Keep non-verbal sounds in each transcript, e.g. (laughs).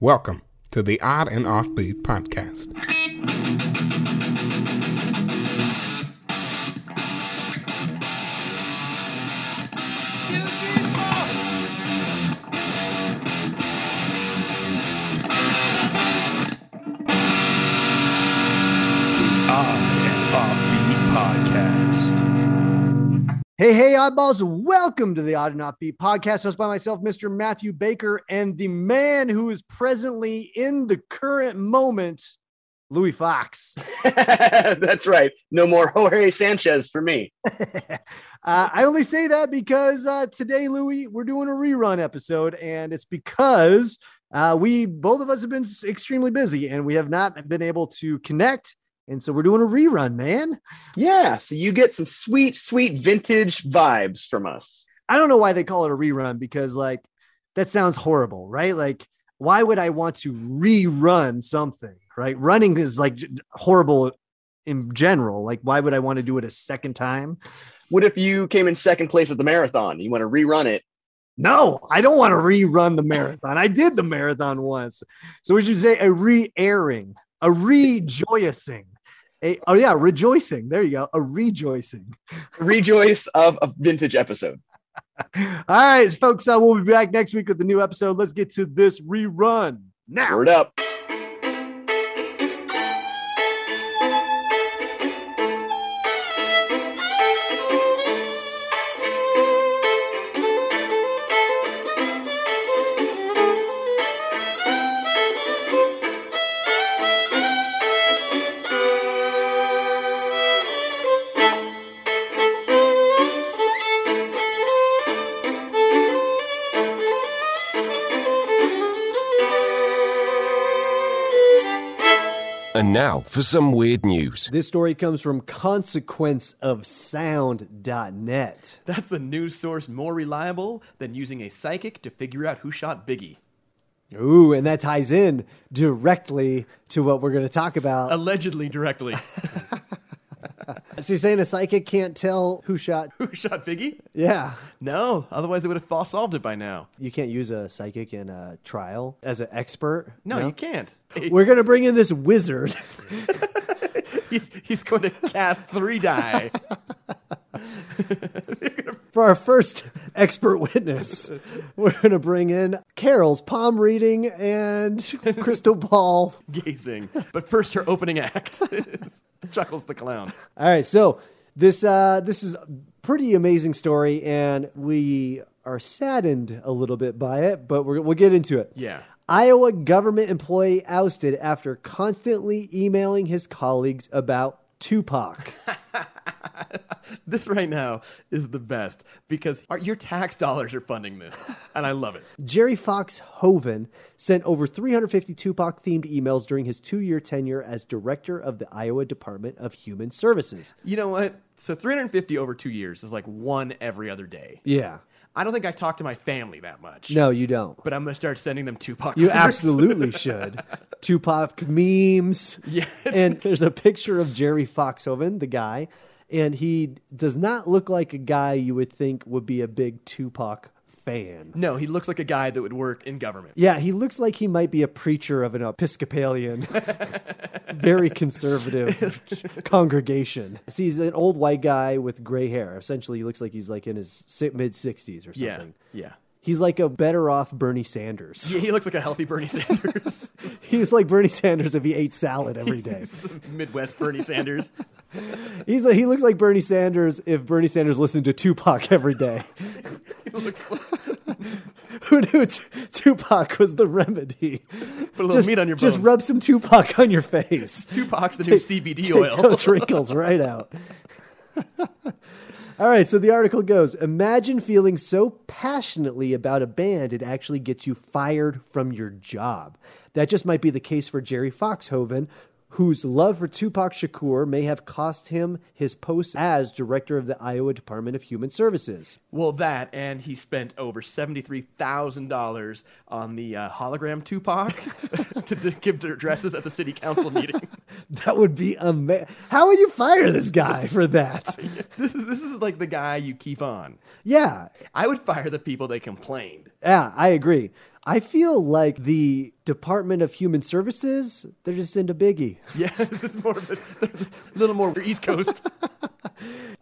Welcome to the Odd and Offbeat podcast. On and Offbeat Podcast. Hey, hey, oddballs, welcome to the Odd and Not Beat podcast, hosted by myself, Mr. Matthew Baker, and the man who is presently in the current moment, Louis Fox. (laughs) That's right. No more Jorge Sanchez for me. uh, I only say that because uh, today, Louis, we're doing a rerun episode, and it's because uh, we both of us have been s- extremely busy and we have not been able to connect. And so we're doing a rerun, man. Yeah. So you get some sweet, sweet vintage vibes from us. I don't know why they call it a rerun because like that sounds horrible, right? Like why would I want to rerun something, right? Running is like j- horrible in general. Like why would I want to do it a second time? What if you came in second place at the marathon? You want to rerun it? No, I don't want to rerun the marathon. I did the marathon once. So we should say a re-airing, a rejoicing. A, oh yeah, rejoicing. There you go. A rejoicing. (laughs) Rejoice of a vintage episode. All right, folks. Uh, we'll be back next week with a new episode. Let's get to this rerun now. Word up. And now for some weird news. This story comes from consequenceofsound.net. That's a news source more reliable than using a psychic to figure out who shot Biggie. Ooh, and that ties in directly to what we're going to talk about. Allegedly (laughs) directly. (laughs) So you're saying a psychic can't tell who shot? who shot Biggie? Yeah, No, Oh, otherwise they would have fa- solved it by now. you can't use a psychic in a trial as an expert. No, you (laughs) can't. He- We're going to bring in this wizard. (laughs) He's, he's going to cast three die. (laughs) for our first expert witness, we're going to bring in Carol's palm reading and (laughs) crystal ball. Gazing. But first, her opening act is (laughs) Chuckles the Clown. All right, so this uh, this is a pretty amazing story, and we are saddened a little bit by it, but we're, we'll get into it. Yeah. Iowa government employee ousted after constantly emailing his colleagues about Tupac. This right now is the best because our, your tax dollars are funding (laughs) this, and I love it. Jerry Fox Hoven sent over 350 Tupac themed emails during his two year tenure as director of the Iowa Department of Human Services. You know what? So 350 over two years is like one every other day. Yeah. I don't think I talk to my family that much. No, you don't. But I'm going to start sending them Tupac. You covers. (laughs) absolutely should. Tupac memes. Yes. And there's a picture of Jerry Foxhoven, the guy, and he does not look like a guy you would think would be a big Tupac fan. No, he looks like a guy that would work in government. Yeah, he looks like he might be a preacher of an Episcopalian, (laughs) (laughs) very conservative congregation. So he's an old white guy with gray hair. Essentially, he looks like he's like in his mid 60s or Yeah. something. Yeah. He's like a better off Bernie Sanders. Yeah, he looks like a healthy Bernie (laughs) Sanders, He's like Bernie Sanders if he ate salad every day. (laughs) Midwest Bernie (laughs) Sanders. He's like, he looks like Bernie Sanders if Bernie Sanders listened to Tupac every day. (laughs) He looks like, (laughs) Who knew t- Tupac was the remedy? put a little Just, meat on your bones. just rub some Tupac on your face. Tupac's the new Take CBD oil. those wrinkles right out. (laughs) All right, so the article goes Imagine feeling so passionately about a band it actually gets you fired from your job. That just might be the case for Jerry Foxhoven, whose love for Tupac Shakur may have cost him his post as director of the Iowa Department of Human Services. Well, that, and he spent over $73,000 on the uh, hologram Tupac (laughs) to, to give addresses at the city council meeting. That would be amazing. How would you fire this guy for that? (laughs) this is this is like the guy you keep on. Yeah, I would fire the people that complained. Yeah, I agree. I feel like the Department of Human Services, they're just into Biggie. Yeah, this is more of a, a little more East Coast.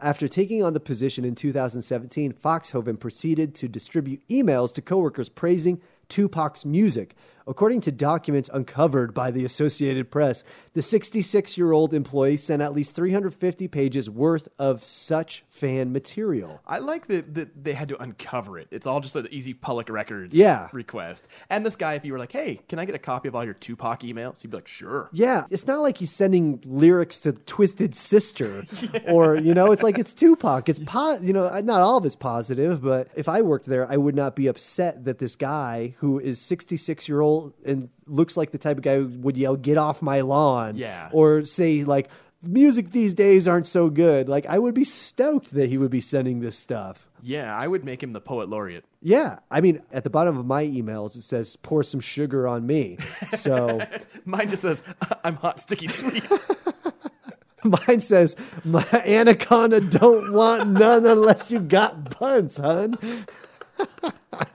After taking on the position in 2017, Foxhoven proceeded to distribute emails to coworkers praising Tupac's music. According to documents uncovered by the Associated Press, the 66 year old employee sent at least 350 pages worth of such fan material. (laughs) I like that, that they had to uncover it. It's all just an easy public records Yeah. request. And this guy, if you were like, hey, can I get a copy of all your Tupac emails? He'd be like, sure. Yeah, it's not like he's sending lyrics to Twisted Sister or, you know, it's like it's Tupac. It's, po- you know, not all of it's positive, but if I worked there, I would not be upset that this guy who is 66 year old and looks like the type of guy who would yell, get off my lawn. Yeah. Or say, like, music these days aren't so good. Like, I would be stoked that he would be sending this stuff. (laughs) Yeah, I would make him the poet laureate. Yeah. I mean, at the bottom of my emails, it says, pour some sugar on me. So. Mine just says, (laughs) I'm hot, sticky, (laughs) sweet. Mine says, "My anaconda don't want none unless you got buns, hun." (laughs)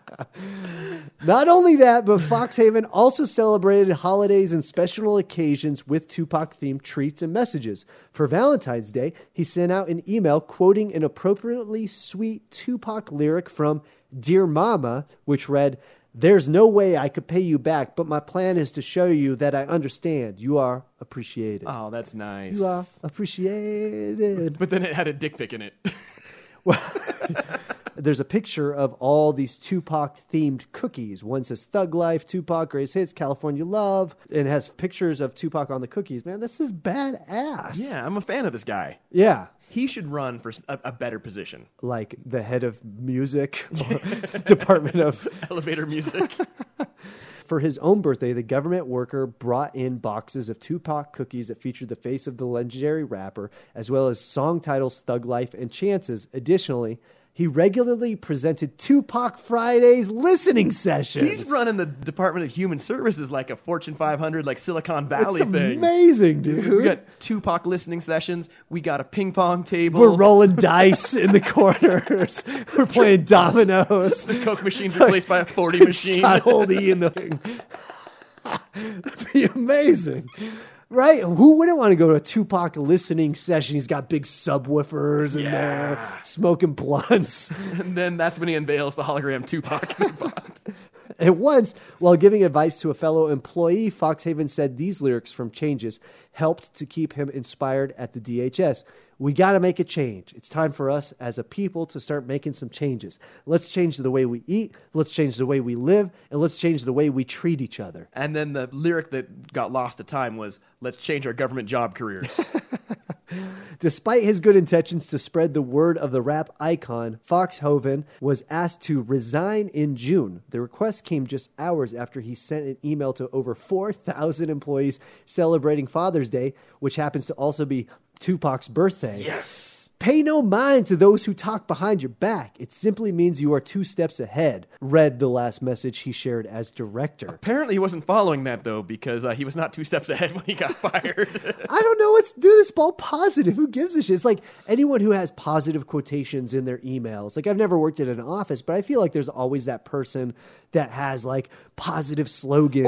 Not only that, but Foxhaven also celebrated holidays and special occasions with Tupac themed treats and messages. For Valentine's Day, he sent out an email quoting an appropriately sweet Tupac lyric from Dear Mama, which read, There's no way I could pay you back, but my plan is to show you that I understand. You are appreciated. oh, that's nice. You are appreciated. But then it had a dick pic in it. (laughs) There's a picture of all these Tupac themed cookies. One says Thug Life, Tupac, Greatest Hits, California Love, and it has pictures of Tupac on the cookies. Man, this is badass. yeah, I'm a fan of this guy. Yeah. He should run for s- a, a better position. Like the head of music (laughs) or department of. (laughs) Elevator music. For his own birthday, the government worker brought in boxes of Tupac cookies that featured the face of the legendary rapper, as well as song titles Thug Life and Chances. Additionally, he regularly presented Tupac Fridays listening sessions. He's (laughs) running the Department of Human Services like a Fortune 500, like Silicon Valley It's thing. amazing, We dude. got Tupac listening sessions. We got a ping pong table. We're rolling dice in the (laughs) corners. We're (laughs) playing dominoes. (laughs) Coke (laughs) machines replaced by a 40 machine. (laughs) Got (laughs) hold of you in the thing. That'd be amazing. Right? Who wouldn't want to go to a Tupac listening session? He's got big subwoofers in there, smoking blunts. (laughs) And then that's when he unveils the hologram Tupac. At once, while giving advice to a fellow employee, Foxhaven said these lyrics from Changes helped to keep him inspired at the DHS. We got to make a change. It's time for us as a people to start making some changes. Let's change the way we eat, let's change the way we live, and let's change the way we treat each other. (laughs) and then the lyric that got lost to time was, let's change our government job careers. Despite his good intentions to spread the word of the rap icon, Foxhoven was asked to resign in June. The request came just hours after he sent an email to over 4,000 employees celebrating Father's Day, which happens to also be Tupac's birthday. (laughs) yes. Pay no mind to those who talk behind your back. It simply means you are two steps ahead, read the last message he shared as director. Apparently, he wasn't following that, though, because uh, he was not two steps (laughs) ahead when he got fired. I don't know what's do this ball positive. Who gives a shit? It's like anyone who has positive quotations in their emails. Like I've never worked at an office, but I feel like there's always that person that has like positive slogans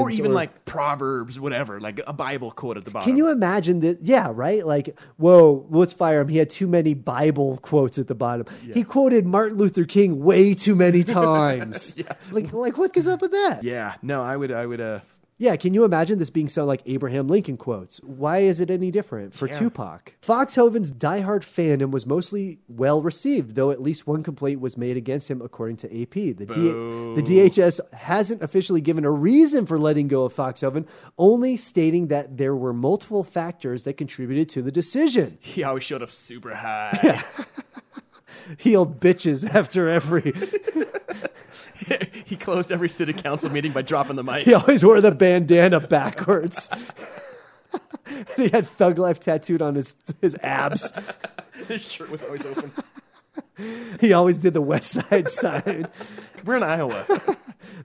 (laughs) or even like proverbs, whatever, like a Bible quote at the bottom. Can you imagine that? Yeah, right. Like, whoa, let's fire him. He had too many Bible quotes at the bottom. He quoted Martin Luther King way (laughs) too many times. Like, like what goes up with that? Yeah, no, I would, I would. Uh, (laughs) Yeah, can you imagine this being so like Abraham Lincoln quotes? Why is it any different for Tupac? Foxhoven's diehard fandom was mostly well received, though at least one complaint was made against him, according to AP. The, D- the DHS hasn't officially given a reason for letting go of Foxhoven, only stating that there were multiple factors that contributed to the decision. he always showed up super high. He yelled bitches after every. (laughs) he closed every city council meeting by dropping the (laughs) mic. He always wore the bandana backwards. (laughs) he had Thug Life tattooed on his his abs. His shirt was always open. (laughs) He always did the West Side side. We're in Iowa.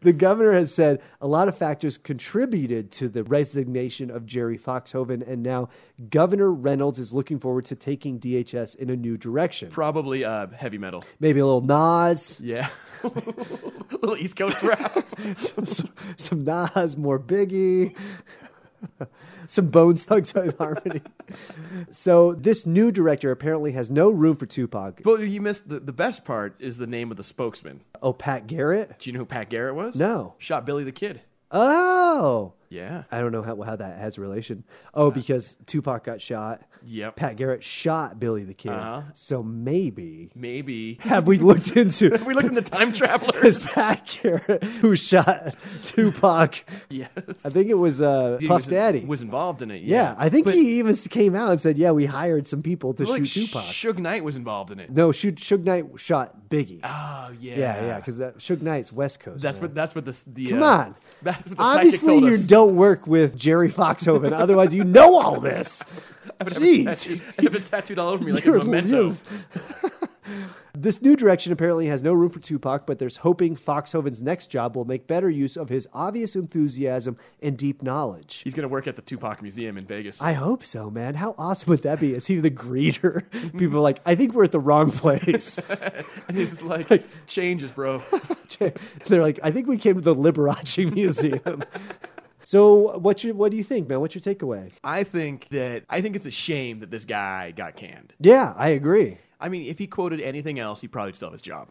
The governor has said a lot of factors contributed to the resignation of Jerry Foxhoven, and now Governor Reynolds is looking forward to taking DHS in a new direction. Probably uh, heavy metal. Maybe a little Nas, (laughs) Yeah. (laughs) Little East Coast rap. (laughs) some, some Nas, more Biggie, (laughs) some Bones Thugs in (laughs) Harmony. So this new director apparently has no room for Tupac. but you missed the, the best part is the name of the spokesman. Oh, Pat Garrett. Do you know who Pat Garrett was? No. Shot Billy the Kid. Oh, Yeah. I don't know how how that has a relation. Oh, because Tupac got shot. Uh-huh. Yep. Uh-huh. Pat Garrett shot Billy the Kid. So maybe (laughs) Maybe. have we looked into (laughs) We looked into time travelers. is Pat Garrett who shot Tupac? yes. I think it was uh, He Puff was, Daddy. was involved in it. yeah, Yeah, I think But he even came out and said, "Yeah, we hired some people to it looked shoot Tupac." like Suge Knight was involved in it. no, shoot, Suge Knight shot Biggie. Oh yeah. yeah, yeah, because Suge Knight's West Coast. That's man. what. That's what the. the Come uh, on. (laughs) That's what the Obviously, psychic told you us. (laughs) don't work with Jerry Foxhoven. Otherwise, you know all (laughs) this. Jeez. Tattooed, I have it tattooed all over me like You're- a memento. you're- (laughs) this new direction apparently has no room for Tupac, but there's hoping Foxhoven's next job will make better use of his obvious enthusiasm and deep knowledge. He's gonna work at the Tupac Museum in Vegas. I hope so, man. How awesome would that be? Is he the greeter? (laughs) People are like, I think we're at the wrong place. (laughs) (laughs) and he's like, changes, bro. (laughs) They're like, I think we came to the Liberace (laughs) Museum. so, what's your, what do you think, man? What's your takeaway? I think that I think it's a shame that this guy got canned. Yeah, I agree. I mean, if he quoted anything else, he probably still have his job.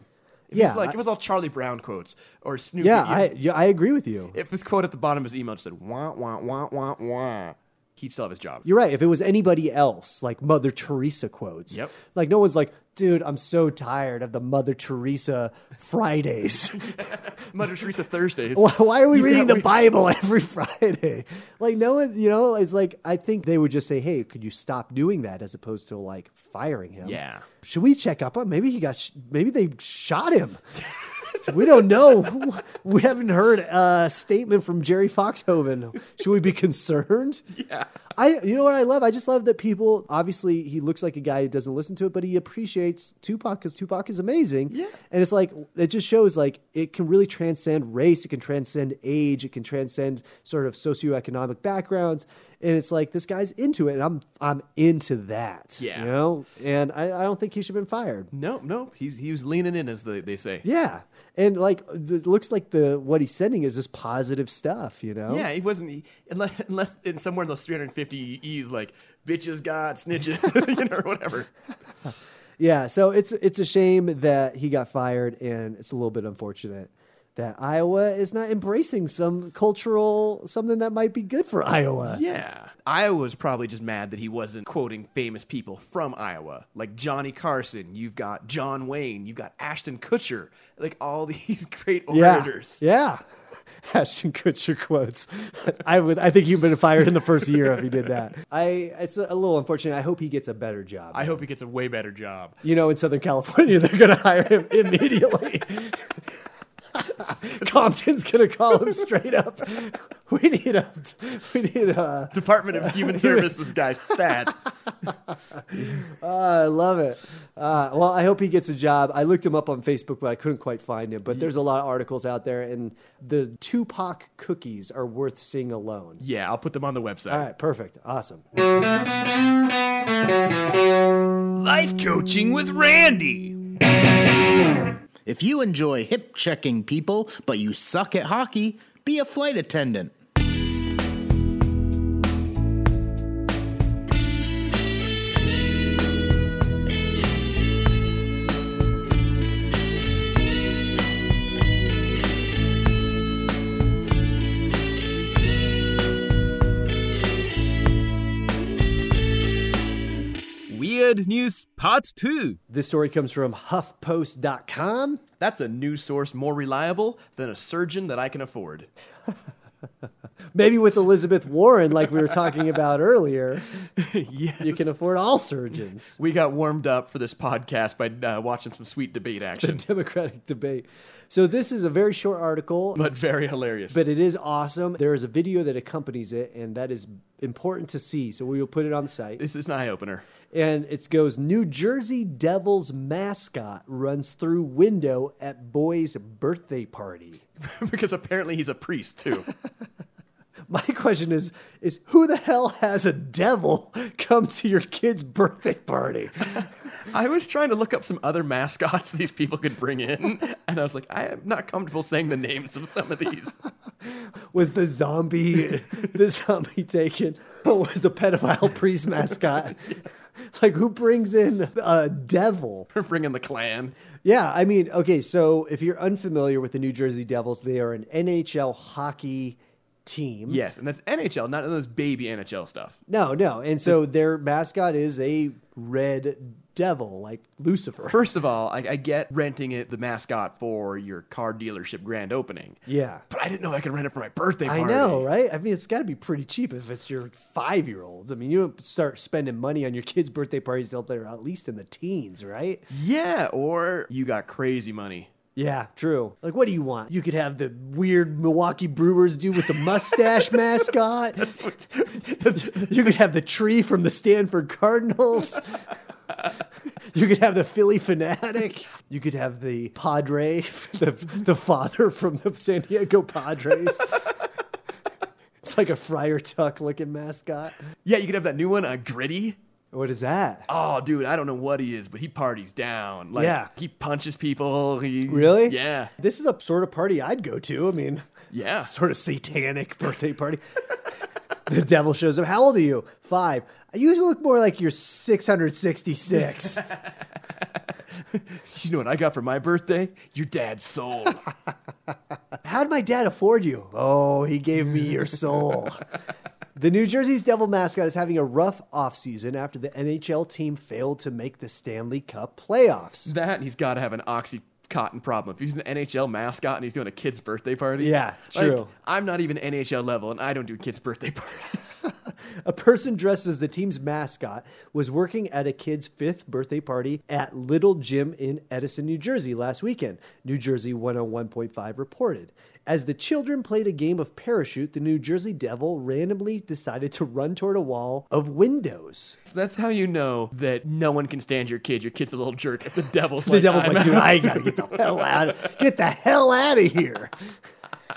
If Yeah, it's like I- it was all Charlie Brown quotes or Snoop. Uh, Yeah, I yeah, I agree with you. if his quote at the bottom of his email just said wah wah wah wah wah, he'd still have his job. You're right. If it was anybody else, like Mother Teresa quotes, Yep. like no one's like, dude, I'm so tired of the Mother Teresa Fridays. (laughs) Mother Teresa Thursdays. Why- Why are we Yeah, reading the we- Bible (laughs) every Friday? Like no one, you know, it's like I think they would just say, hey, could you stop doing that as opposed to like firing him? Yeah. Should we check up on? Maybe he got. Sh- maybe they shot him. we don't know. (laughs) We haven't heard a statement from Jerry Foxhoven. Should we be concerned? Yeah. I. You know what I love? I just love that people. Obviously, he looks like a guy who doesn't listen to it, but he appreciates Tupac because Tupac is amazing. Yeah. And it's like it just shows like it can really transcend race. It can transcend age. It can transcend sort of socioeconomic backgrounds. And it's like this guy's into it, and I'm I'm into that. Yeah. You know? know, and I, I don't think he should have been fired. No, no, he's he was leaning in as they, they say. Yeah, and like it looks like the what he's sending is just positive stuff, you know. Yeah, he wasn't he, unless, unless in somewhere in those 350 E's like bitches got snitches, (laughs) you know, or whatever. yeah. So it's it's a shame that he got fired, and it's a little bit unfortunate that Iowa is not embracing some cultural something that might be good for Iowa. Yeah, I was probably just mad that he wasn't quoting famous people from Iowa, like Johnny Carson. You've got John Wayne. You've got Ashton Kutcher. Like all (laughs) these great orators. Yeah. (laughs) Ashton Kutcher quotes. I would. I think he'd been fired in the first year if he did that. I. It's a little unfortunate. I hope he gets a better job. I hope he gets a way better job. you know, in Southern California, (laughs) they're going to hire him immediately. Compton's going to call him straight up. We need a, we need a. Department of (laughs) Human Services guy, stat. I love it. Uh, well, I hope he gets a job. I looked him up on Facebook, but I couldn't quite find him. But there's a lot of articles out there, and the Tupac cookies are worth seeing alone. Yeah, I'll put them on the website. All right, perfect, awesome. Life Coaching with Randy. If you enjoy hip checking people, but you suck at hockey, be a flight attendant. Weird News Part 2. This story comes from HuffPost.com. That's a news source more reliable than a surgeon that I can afford. Maybe with Elizabeth Warren, like we were talking about earlier, yes. you can afford all surgeons. We got warmed up for this podcast by uh, watching some sweet debate action, (laughs) Democratic debate. So this is a very short article, but very hilarious. but it is awesome. There is a video that accompanies it, and that is important to see. So we will put it on the site. this is an eye opener. And it goes New Jersey Devils mascot runs through window at boy's birthday party. (laughs) because apparently he's a priest too. My question is is who the hell has a devil come to your kid's birthday party? (laughs) I was trying to look up some other mascots (laughs) these people could bring in, (laughs) and I was like, I am not comfortable saying the names of some of (laughs) these. Was the zombie (laughs) the zombie taken? Or was the pedophile priest mascot? Like who brings in a devil? Bring in the clan. Yeah, I mean, okay, so if you're unfamiliar with the New Jersey Devils, they are an NHL hockey team. Yes, and that's NHL, not those baby NHL stuff. No, no. And so their mascot is a red devil, like Lucifer. First of all, I, I get renting it the mascot for your car dealership grand opening. Yeah. But I didn't know I could rent it for my birthday party. I know, right? I mean, it's got to be pretty cheap if it's your five year olds. I mean, you don't start spending money on your kids' birthday parties till they're at least in the teens, right? Yeah, or you got crazy money. Yeah, true. Like, what do you want? You could have the weird Milwaukee Brewers dude with the mustache mascot. (laughs) you could have the tree from the Stanford Cardinals. you could have the Philly fanatic. You could have the Padre, (laughs) the, the father from the San Diego Padres. it's like a Friar Tuck looking mascot. Yeah, you could have that new one, uh, Gritty. What is that? Oh, dude, I don't know what he is, but he parties down. Like, Yeah. He punches people. He, Really? Yeah. This is a sort of party I'd go to. I mean, Yeah. (laughs) sort of satanic (laughs) birthday party. the devil shows up. How old are you? Five. You look more like you're 666. You know what I got for my birthday? Your dad's (laughs) soul. How'd my dad afford you? Oh, he gave me your soul. the New Jersey's Devil mascot is having a rough offseason after the NHL team failed to make the Stanley Cup playoffs. that, and he's got to have an Oxycontin problem. If he's an NHL mascot and he's doing a kid's birthday party. Yeah, Like, true. I'm not even NHL level, and I don't do kids' birthday (laughs) parties. A person dressed as the team's mascot was working at a kid's fifth birthday party at Little Jim in Edison, New Jersey last weekend, New Jersey 101.5 reported. As the children played a game of parachute, the New Jersey Devil randomly decided to run toward a wall of windows. so that's how you know that no one can stand your kid. Your kid's a little jerk. (laughs) If the devil's The devil's like, dude, I gotta get the hell out of get the hell out of here. (laughs)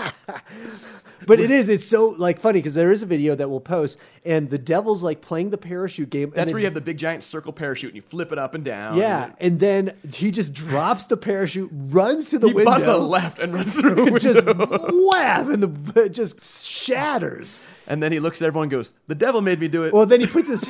but it is, it's so like funny because there is a video that we'll post, and the devil's like playing the parachute game. and That's then where you have the big giant circle parachute and you flip it up and down. Yeah, and then he just drops the parachute, runs to the He busts a window, left (laughs) and runs through a window. (laughs) and just wham, and the it just shatters. and then he looks at everyone and goes, The devil made me do it. Well, then he puts his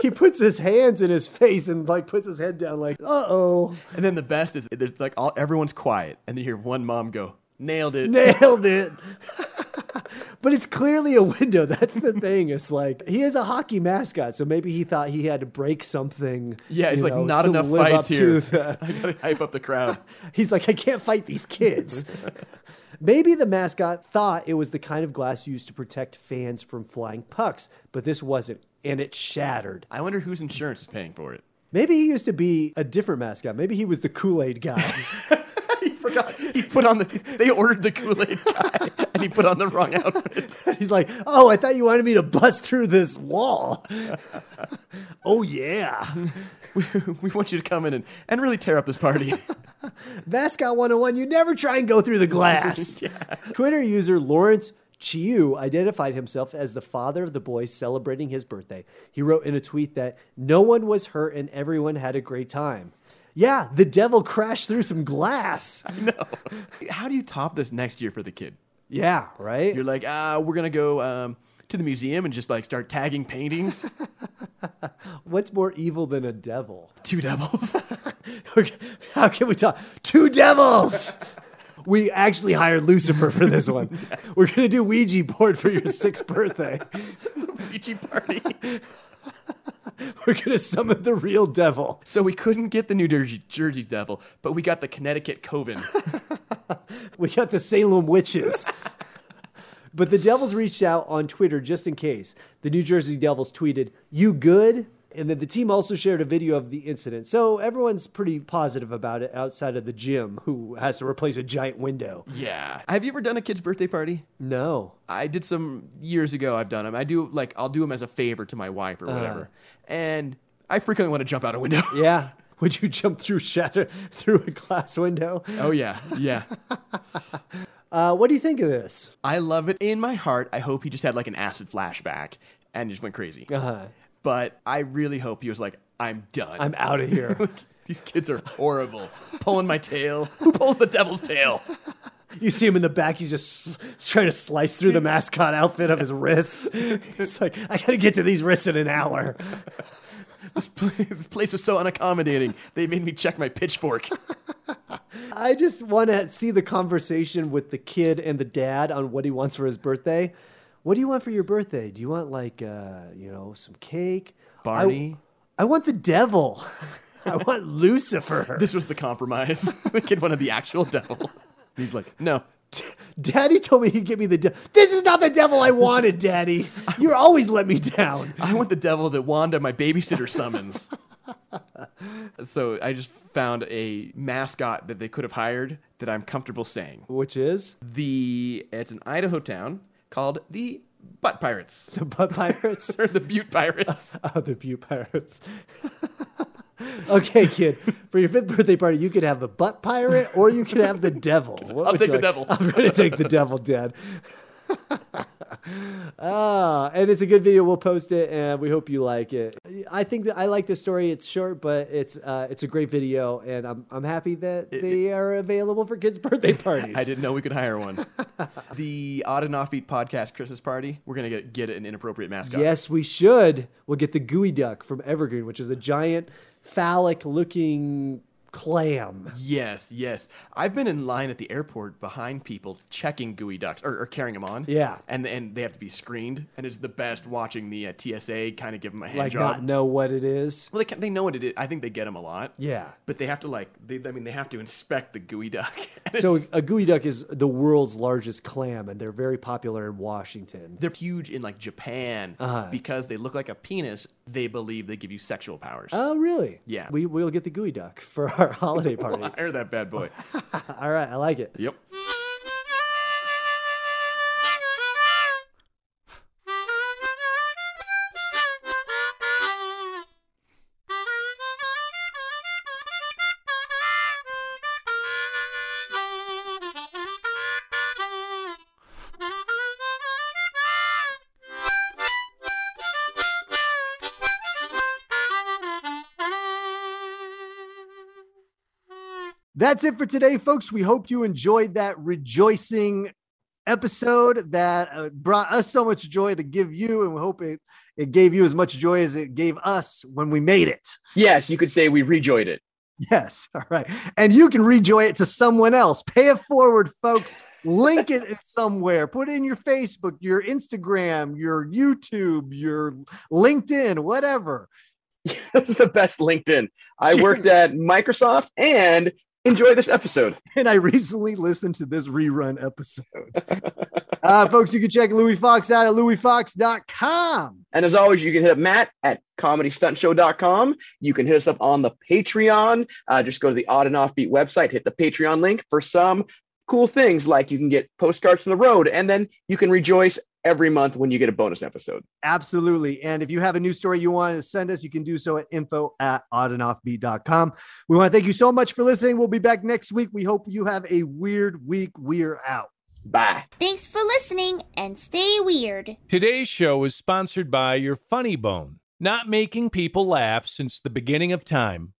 he puts his hands in his face and like puts his head down, like uh oh, and then the best is there's like all everyone's quiet. And then you hear one mom go, Nailed it. nailed it. (laughs) But it's clearly a window. That's the thing. It's like he is a hockey mascot, so maybe he thought he had to break something. yeah, he's you like, know, not to enough live fights up here. to the- (laughs) I gotta hype up the crowd. He's like, I can't fight these kids. Maybe the mascot thought it was the kind of glass used to protect fans from flying pucks, but this wasn't, and it shattered. I wonder whose insurance is paying for it. Maybe he used to be a different mascot. Maybe he was the Kool Aid guy. (laughs) He (laughs) forgot. He put on the. They ordered the Kool Aid guy, (laughs) and he put on the wrong outfit. (laughs) He's like, Oh, I thought you wanted me to bust through this wall. (laughs) oh, yeah. We, we want you to come in and, and really tear up this party. (laughs) Mascot 101, you never try and go through the glass. Twitter user Lawrence Chiu identified himself as the father of the boy celebrating his birthday. He wrote in a tweet that no one was hurt and everyone had a great time. Yeah, the devil crashed through some glass. How do you top this next year for the kid? Yeah, right? You're like, ah, we're gonna go um, to the museum and just like start tagging paintings. (laughs) What's more evil than a devil? (laughs) Two (laughs) devils. How can we talk? Two devils! We actually hired Lucifer for this one. We're going to do Ouija board for your sixth birthday. Ouija party. (laughs) We're going to summon the real devil. So we couldn't get the New Jersey, Jersey devil, but we got the Connecticut coven. We got the Salem witches. but the Devils reached out on Twitter just in case. The New Jersey Devils tweeted, You good? And then the team also shared a video of the incident. So everyone's pretty positive about it outside of the gym who has to replace a giant window. yeah. Have you ever done a kid's birthday party? No. Uh, I did some years ago. I've done them. I do like I'll do them as a favor to my wife or whatever, and I frequently want to jump out a window. Uh-huh. Yeah. Would you jump through shatter (laughs) through a glass window? (laughs) Oh yeah, yeah. Uh, what do you think of this? I love it in my heart. I hope he just had like an acid flashback and just went crazy. Uh, But I really hope he was like, I'm done. I'm out of (laughs) here. (laughs) These kids are horrible. Pulling my tail. Who pulls the devil's tail? You see him in the back. He's just s- trying to slice through the mascot outfit of his wrists. (laughs) He's like, I gotta get to these wrists in an hour. This place, this place was so unaccommodating. They made me check my pitchfork. I just want to see the conversation with the kid and the dad on what he wants for his birthday. What do you want for your birthday? Do you want like, uh, you know, some cake? I- Barney? I, want the devil. (laughs) I want (laughs) Lucifer. This was (laughs) the compromise. the kid wanted the actual devil. (laughs) He's like, no. Daddy told me he'd give me the devil. This is not the devil I wanted, (laughs) Daddy. You always let me down. I want the devil that Wanda, my babysitter, summons. (laughs) so I just found a mascot that they could have hired that I'm comfortable saying. Which is The it's an Idaho town called the Butt Pirates the butt (laughs) pirates. or the (laughs) Butte Pirates. Oh, the Butte Pirates. (laughs) okay, kid. For your fifth birthday party, you could have the butt pirate or you could have the devil. What I'll would take you the devil. I'm going to take the devil, Dad. (laughs) ah, and it's a good video. We'll post it, and we hope you like it. I think that I like this story. It's short, but it's uh, it's a great video, and I'm I'm happy that they are available for kids' birthday parties. (laughs) I didn't know we could hire one. the Odd and Offbeat podcast Christmas party. We're gonna get get an inappropriate mascot. Yes, we should. We'll get the gooey duck from Evergreen, which is a giant phallic-looking clam. Yes, yes. I've been in line at the airport behind people checking gooey ducks or, or carrying them on. Yeah. and and they have to be screened, and it's the best watching the uh, TSA kind of give them a hand like job. not know what it is. well, they can, they know what it is. I think they get them a lot. Yeah. but they have to like they. I mean, they have to inspect the gooey duck. (laughs) And So it's- a gooey duck is the world's largest clam, and they're very popular in Washington. they're huge in like Japan Uh-huh. because they look like a penis. They believe they give you sexual powers. Oh, really? Yeah. We will get the gooey duck for our (laughs) holiday party. Hire that bad boy. All right, I like it. yep. That's it for today, folks. We hope you enjoyed that rejoicing episode that uh, brought us so much joy to give you, and we hope it, it gave you as much joy as it gave us when we made it. (laughs) Yes, you could say we rejoyed it. (laughs) Yes. All right. And you can rejoy it to someone else. Pay it forward, folks. Link it in somewhere. Put it in your Facebook, your Instagram, your YouTube, your LinkedIn, whatever. this is the best LinkedIn. I worked at Microsoft and enjoy this episode. And I recently listened to this rerun episode. uh, folks, you can check Louis Fox out at louisfox.com. And as always, you can hit up Matt at comedystuntshow.com. You can hit us up on the Patreon. Uh, just go to the Odd and Offbeat website, hit the Patreon link for some cool things like you can get postcards from the road, and then you can rejoice every month when you get a bonus episode. Absolutely. And if you have a new story you want to send us, you can do so at info at oddandoffbeat.com. We want to thank you so much for listening. We'll be back next week. We hope you have a weird week. We're out. Bye. Thanks for listening and stay weird. Today's show is sponsored by your funny bone, not making people laugh since the beginning of time.